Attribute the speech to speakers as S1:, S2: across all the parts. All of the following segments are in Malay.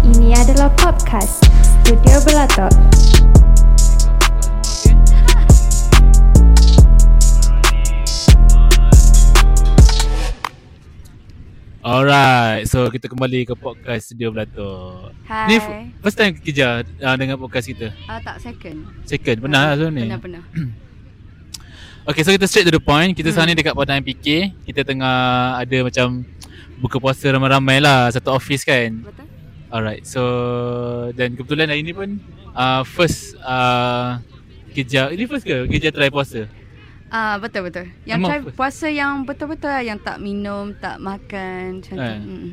S1: Sekolah Podcast Studio Belatok
S2: Alright, so kita kembali ke podcast Studio Belator.
S3: Hai.
S2: Ni f- first time kerja uh, dengan podcast kita.
S3: Ah tak second.
S2: Second, benar lah sebelum ni.
S3: Pernah pernah.
S2: Okay, so kita straight to the point. Kita hmm. sekarang ni dekat Padang MPK. Kita tengah ada macam buka puasa ramai-ramai lah satu office kan.
S3: Betul?
S2: Alright, so dan kebetulan hari ni pun uh, first uh, kerja, ini first ke? Kerja try puasa.
S3: Ah betul betul. Yang
S2: Memang
S3: try
S2: first.
S3: puasa yang betul-betul lah, yang tak minum, tak makan macam
S2: Eh.
S3: tu. Mm.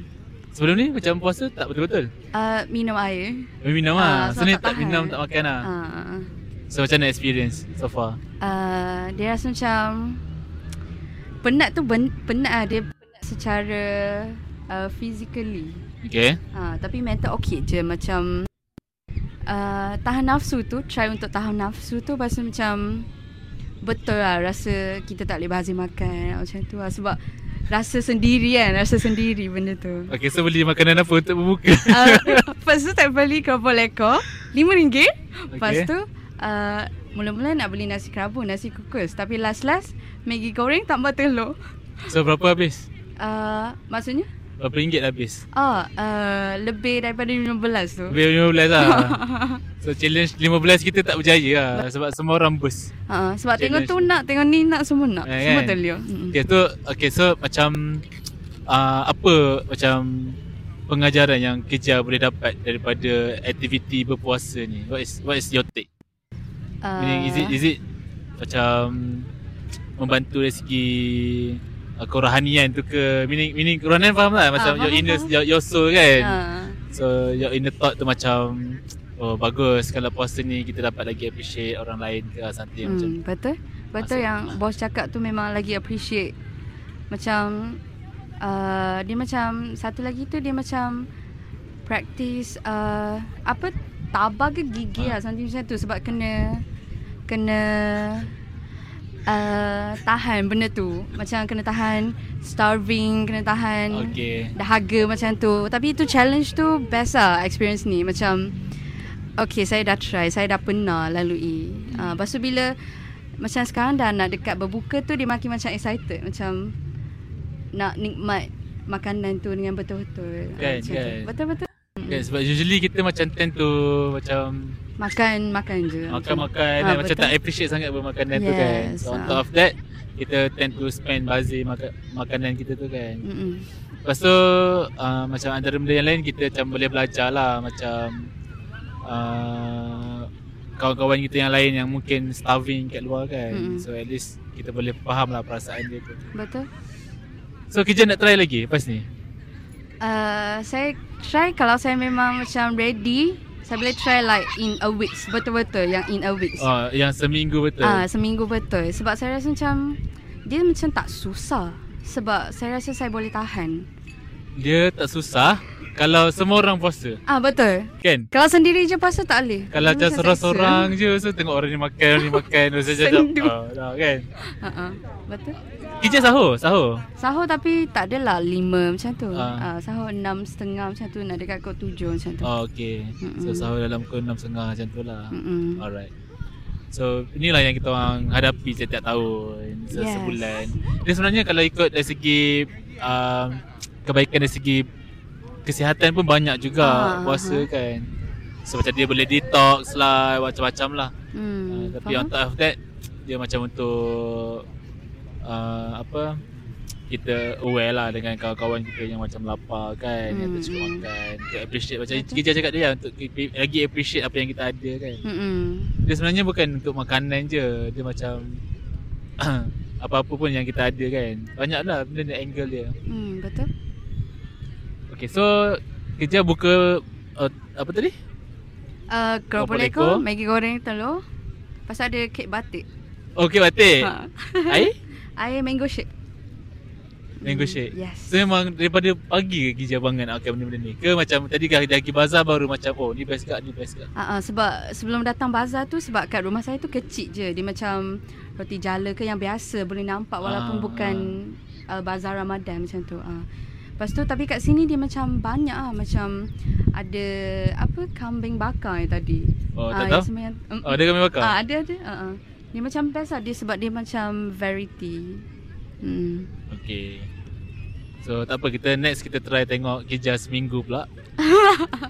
S2: Sebelum ni macam puasa tak betul-betul.
S3: Ah minum air.
S2: Minum lah.
S3: Ah,
S2: so
S3: so
S2: ni
S3: tak
S2: tak
S3: tahan.
S2: minum, tak makan lah.
S3: Ah
S2: So macam mana experience so far?
S3: ah dia rasa macam penat tu ben, penat ah dia penat secara uh, physically.
S2: Okay.
S3: Ha, tapi mental okey je macam uh, tahan nafsu tu, try untuk tahan nafsu tu pasal macam betul lah rasa kita tak boleh bazir makan macam tu lah sebab rasa sendiri kan, rasa sendiri benda tu.
S2: Okay, so beli makanan apa untuk berbuka?
S3: Uh, lepas tu tak beli keropok lekor RM5 Lepas
S2: Okey.
S3: tu uh, Mula-mula nak beli nasi kerabu Nasi kukus Tapi last-last Maggi goreng tambah telur
S2: So berapa habis?
S3: uh, Maksudnya
S2: Berapa ringgit habis?
S3: Oh uh, Lebih daripada RM15 tu
S2: Lebih 15 lah So challenge 15 kita tak berjaya lah Sebab semua orang bus
S3: Ha, sebab
S2: Challenge
S3: tengok tu nak, tengok ni nak, semua nak.
S2: Eh,
S3: semua
S2: kan?
S3: terliur. Mm.
S2: Okay so, okay, so macam uh, Apa macam pengajaran yang kerja boleh dapat daripada aktiviti berpuasa ni what is what is your take
S3: Ah,
S2: meaning is it is it macam membantu dari segi uh, kerohanian tu ke meaning meaning kerohanian faham lah macam
S3: Ah,
S2: your
S3: faham,
S2: inner
S3: faham.
S2: your, your soul kan
S3: ah,
S2: So your inner thought tu macam Oh bagus kalau puasa ni kita dapat lagi appreciate orang lain ke ah, something hmm. macam
S3: hmm, betul.
S2: Maksud-
S3: Betul yang bos cakap tu memang lagi appreciate. Macam uh, dia macam satu lagi tu dia macam practice uh, apa tabah ke gigi
S2: Ah.
S3: lah something macam tu sebab kena kena uh, tahan benda tu. Macam kena tahan starving, kena tahan
S2: Okay
S3: dahaga macam tu tapi itu challenge tu best lah experience ni macam okay saya dah try saya dah pernah lalui
S2: Hmm.
S3: uh, lepas tu bila macam sekarang dah nak dekat berbuka tu dia makin macam excited macam nak nikmat makanan tu dengan betul-betul Ah,
S2: Kan,
S3: macam tu.
S2: kan.
S3: betul-betul
S2: okay Sebab usually kita macam tend to Macam
S3: makan makan je
S2: makan-makan ha,
S3: Ah,
S2: Macam
S3: betul.
S2: tak appreciate sangat bermakanan tu kan
S3: Yes,
S2: So on
S3: ah.
S2: top of that Kita tend to spend bazir maka- makanan kita tu kan
S3: Mm-mm.
S2: Lepas tu uh, Macam antara benda yang lain kita macam boleh belajar lah Macam uh, Kawan-kawan kita yang lain yang mungkin starving kat luar kan
S3: Mm-mm.
S2: So at least kita boleh faham lah perasaan dia tu
S3: betul
S2: So kerja nak try lagi lepas ni?
S3: Uh, saya try kalau saya memang macam ready saya boleh try like in a week betul-betul yang in a week
S2: Oh, yang seminggu betul?
S3: Ah, seminggu betul. Sebab saya rasa macam dia macam tak susah. Sebab saya rasa saya boleh tahan.
S2: Dia tak susah kalau semua orang puasa
S3: Ah, betul.
S2: kan?
S3: Kalau sendiri je puasa tak boleh.
S2: Kalau
S3: Dia
S2: macam
S3: seksa.
S2: seorang-seorang je so tengok orang ni makan, orang ni makan Rasa macam
S3: Sendu.
S2: oh, dah, kan?
S3: Ah, ah. betul.
S2: Kerja sahur, sahur
S3: Sahur tapi tak adalah lima macam tu.
S2: Ah.
S3: Ah. sahur enam setengah macam tu. Nak dekat kot tujuh macam tu.
S2: Oh okay So
S3: Mm-mm.
S2: sahur dalam pukul 6.30 macam tu lah
S3: Mm-mm.
S2: Alright So inilah yang kita orang hadapi setiap tahun se-
S3: Yes.
S2: Sebulan Dia sebenarnya kalau ikut dari segi uh, Kebaikan dari segi Kesihatan pun banyak juga
S3: Ah,
S2: puasa kan So macam dia boleh detox lah Macam-macam lah
S3: Hmm,
S2: uh, Tapi on
S3: faham?
S2: top of that Dia macam untuk uh, Apa kita aware lah dengan kawan-kawan kita yang macam lapar kan Yang tak
S3: Hmm,
S2: cukup
S3: hmm.
S2: makan Kita appreciate macam
S3: Betul.
S2: Kita cakap dia lah untuk kita- lagi appreciate apa yang kita ada kan
S3: Mm-mm.
S2: dia sebenarnya bukan untuk makanan je Dia macam Apa-apa pun yang kita ada kan Banyak lah benda ni angle dia
S3: Hmm, betul.
S2: Okay so Kerja buka uh, Apa tadi?
S3: Uh,
S2: Keropok
S3: keropok
S2: lekor.
S3: leko, Maggi goreng telur. Pasal ada kek batik.
S2: Okay batik ha.
S3: Ha.
S2: Air?
S3: Air mango shake.
S2: Mango
S3: Hmm,
S2: shake
S3: Yes.
S2: So memang daripada pagi ke kerja bangun nak akan benda-benda ni Ke macam tadi dah lagi bazar baru macam Oh ni best kat ni best kat
S3: Uh, sebab sebelum datang bazar tu sebab kat rumah saya tu kecil je. Dia macam roti jala ke yang biasa boleh nampak walaupun
S2: Ah,
S3: bukan uh, bazar Ramadan macam tu. Uh. Lepas tu tapi kat sini dia macam banyak ah macam ada apa kambing bakar yang tadi.
S2: Oh, tak tahu?
S3: Ah, yang semua yang- Mm,
S2: Oh, ada kami bakar?
S3: Ah, ada ada. Ah, ah. Dia macam best lah dia sebab dia macam variety. Hmm.
S2: Okay. So tak apa kita next kita try tengok kerja seminggu pula.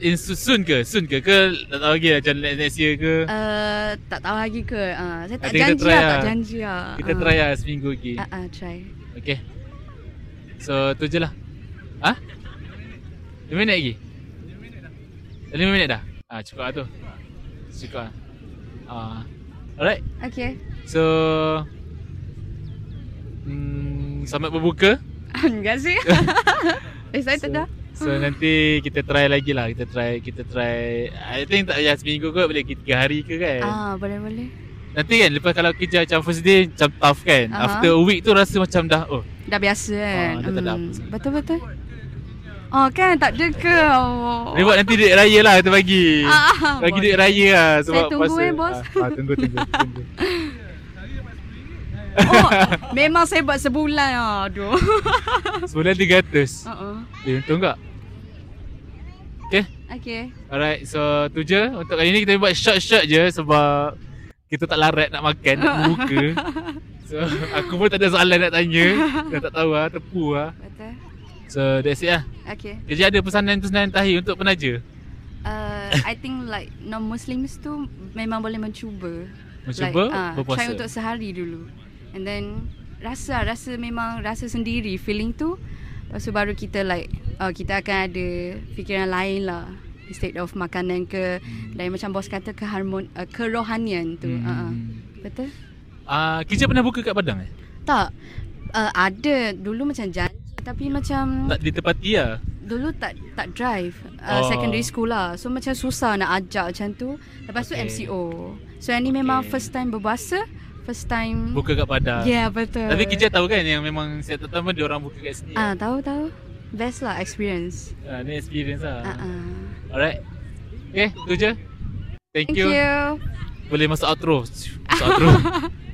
S2: In su- soon ke? Soon ke? Ke tak tahu lagi lah, macam next, next year ke?
S3: Uh, tak tahu lagi ke? Ah, saya
S2: Nanti
S3: tak
S2: kita
S3: janji
S2: try
S3: lah,
S2: lah.
S3: tak janji lah.
S2: Kita
S3: Ah.
S2: try lah seminggu lagi.
S3: Ah, ah, try.
S2: Okay. So tu je lah. Ha? 5 minit lagi? 5 minit dah? Ah, cukup lah tu. Cukup lah. Ah. Alright.
S3: Okay.
S2: So hmm, Selamat berbuka
S3: Enggak sih. Eh, Excited dah. Hmm.
S2: So nanti kita try lagi lah Kita try Kita try I think tak payah seminggu kot Boleh kita tiga hari ke kan uh.
S3: Ah, boleh boleh.
S2: Nanti kan lepas kalau kerja macam first day Macam tough kan
S3: Aha.
S2: uh-huh. After a week tu rasa macam dah Oh
S3: Dah biasa kan.
S2: Ah, dah tak ada apa sangat.
S3: Betul betul. Oh kan tak ada ke? Oh.
S2: Dia buat nanti duit raya lah kita bagi
S3: Ah,
S2: Bagi
S3: boleh.
S2: duit raya lah sebab
S3: Saya tunggu
S2: puasa.
S3: eh, bos.
S2: ah, ah, Tunggu tunggu, tunggu.
S3: Oh, memang saya buat sebulan. Aduh.
S2: Sebulan 300
S3: Uh-uh.
S2: Eh untung tak? Okay
S3: Okay.
S2: Alright, so tu je untuk kali ni kita buat short-short je sebab kita tak larat nak makan, nak berbuka. So aku pun tak ada soalan nak tanya. Dah tak tahu lah, tepu lah.
S3: Betul.
S2: So that's it lah.
S3: Okay.
S2: Kerja ada pesanan-pesanan tahi untuk penaja?
S3: Uh, I think like non-Muslims tu memang boleh mencuba.
S2: Mencuba
S3: ah,
S2: berpuasa.
S3: Try untuk sehari dulu. And then rasa rasa memang rasa sendiri feeling tu. Lepas tu baru kita like oh, kita akan ada fikiran lain lah. Instead of makanan ke
S2: Hmm.
S3: lain macam bos kata ke harmon uh, kerohanian tu. Hmm. Uh, betul?
S2: Ah, kerja pernah buka kat Padang eh?
S3: Tak. Uh, ada dulu macam janji tapi macam
S2: Tak ditepati lah.
S3: dulu tak tak drive
S2: Oh.
S3: uh, oh. secondary school lah so macam susah nak ajak macam tu lepas tu
S2: Okay.
S3: MCO so yang ni
S2: Okay.
S3: memang first time berpuasa first time
S2: Buka kat Padang.
S3: yeah betul
S2: Tapi kerja tahu kan yang memang set pertama dia orang buka kat sini.
S3: Eh. ah tahu tahu best lah experience
S2: Ah, ni experience lah.
S3: ah ah
S2: Alright. Okay, tu je. Thank,
S3: thank you
S2: Boleh masuk outro. Masuk outro.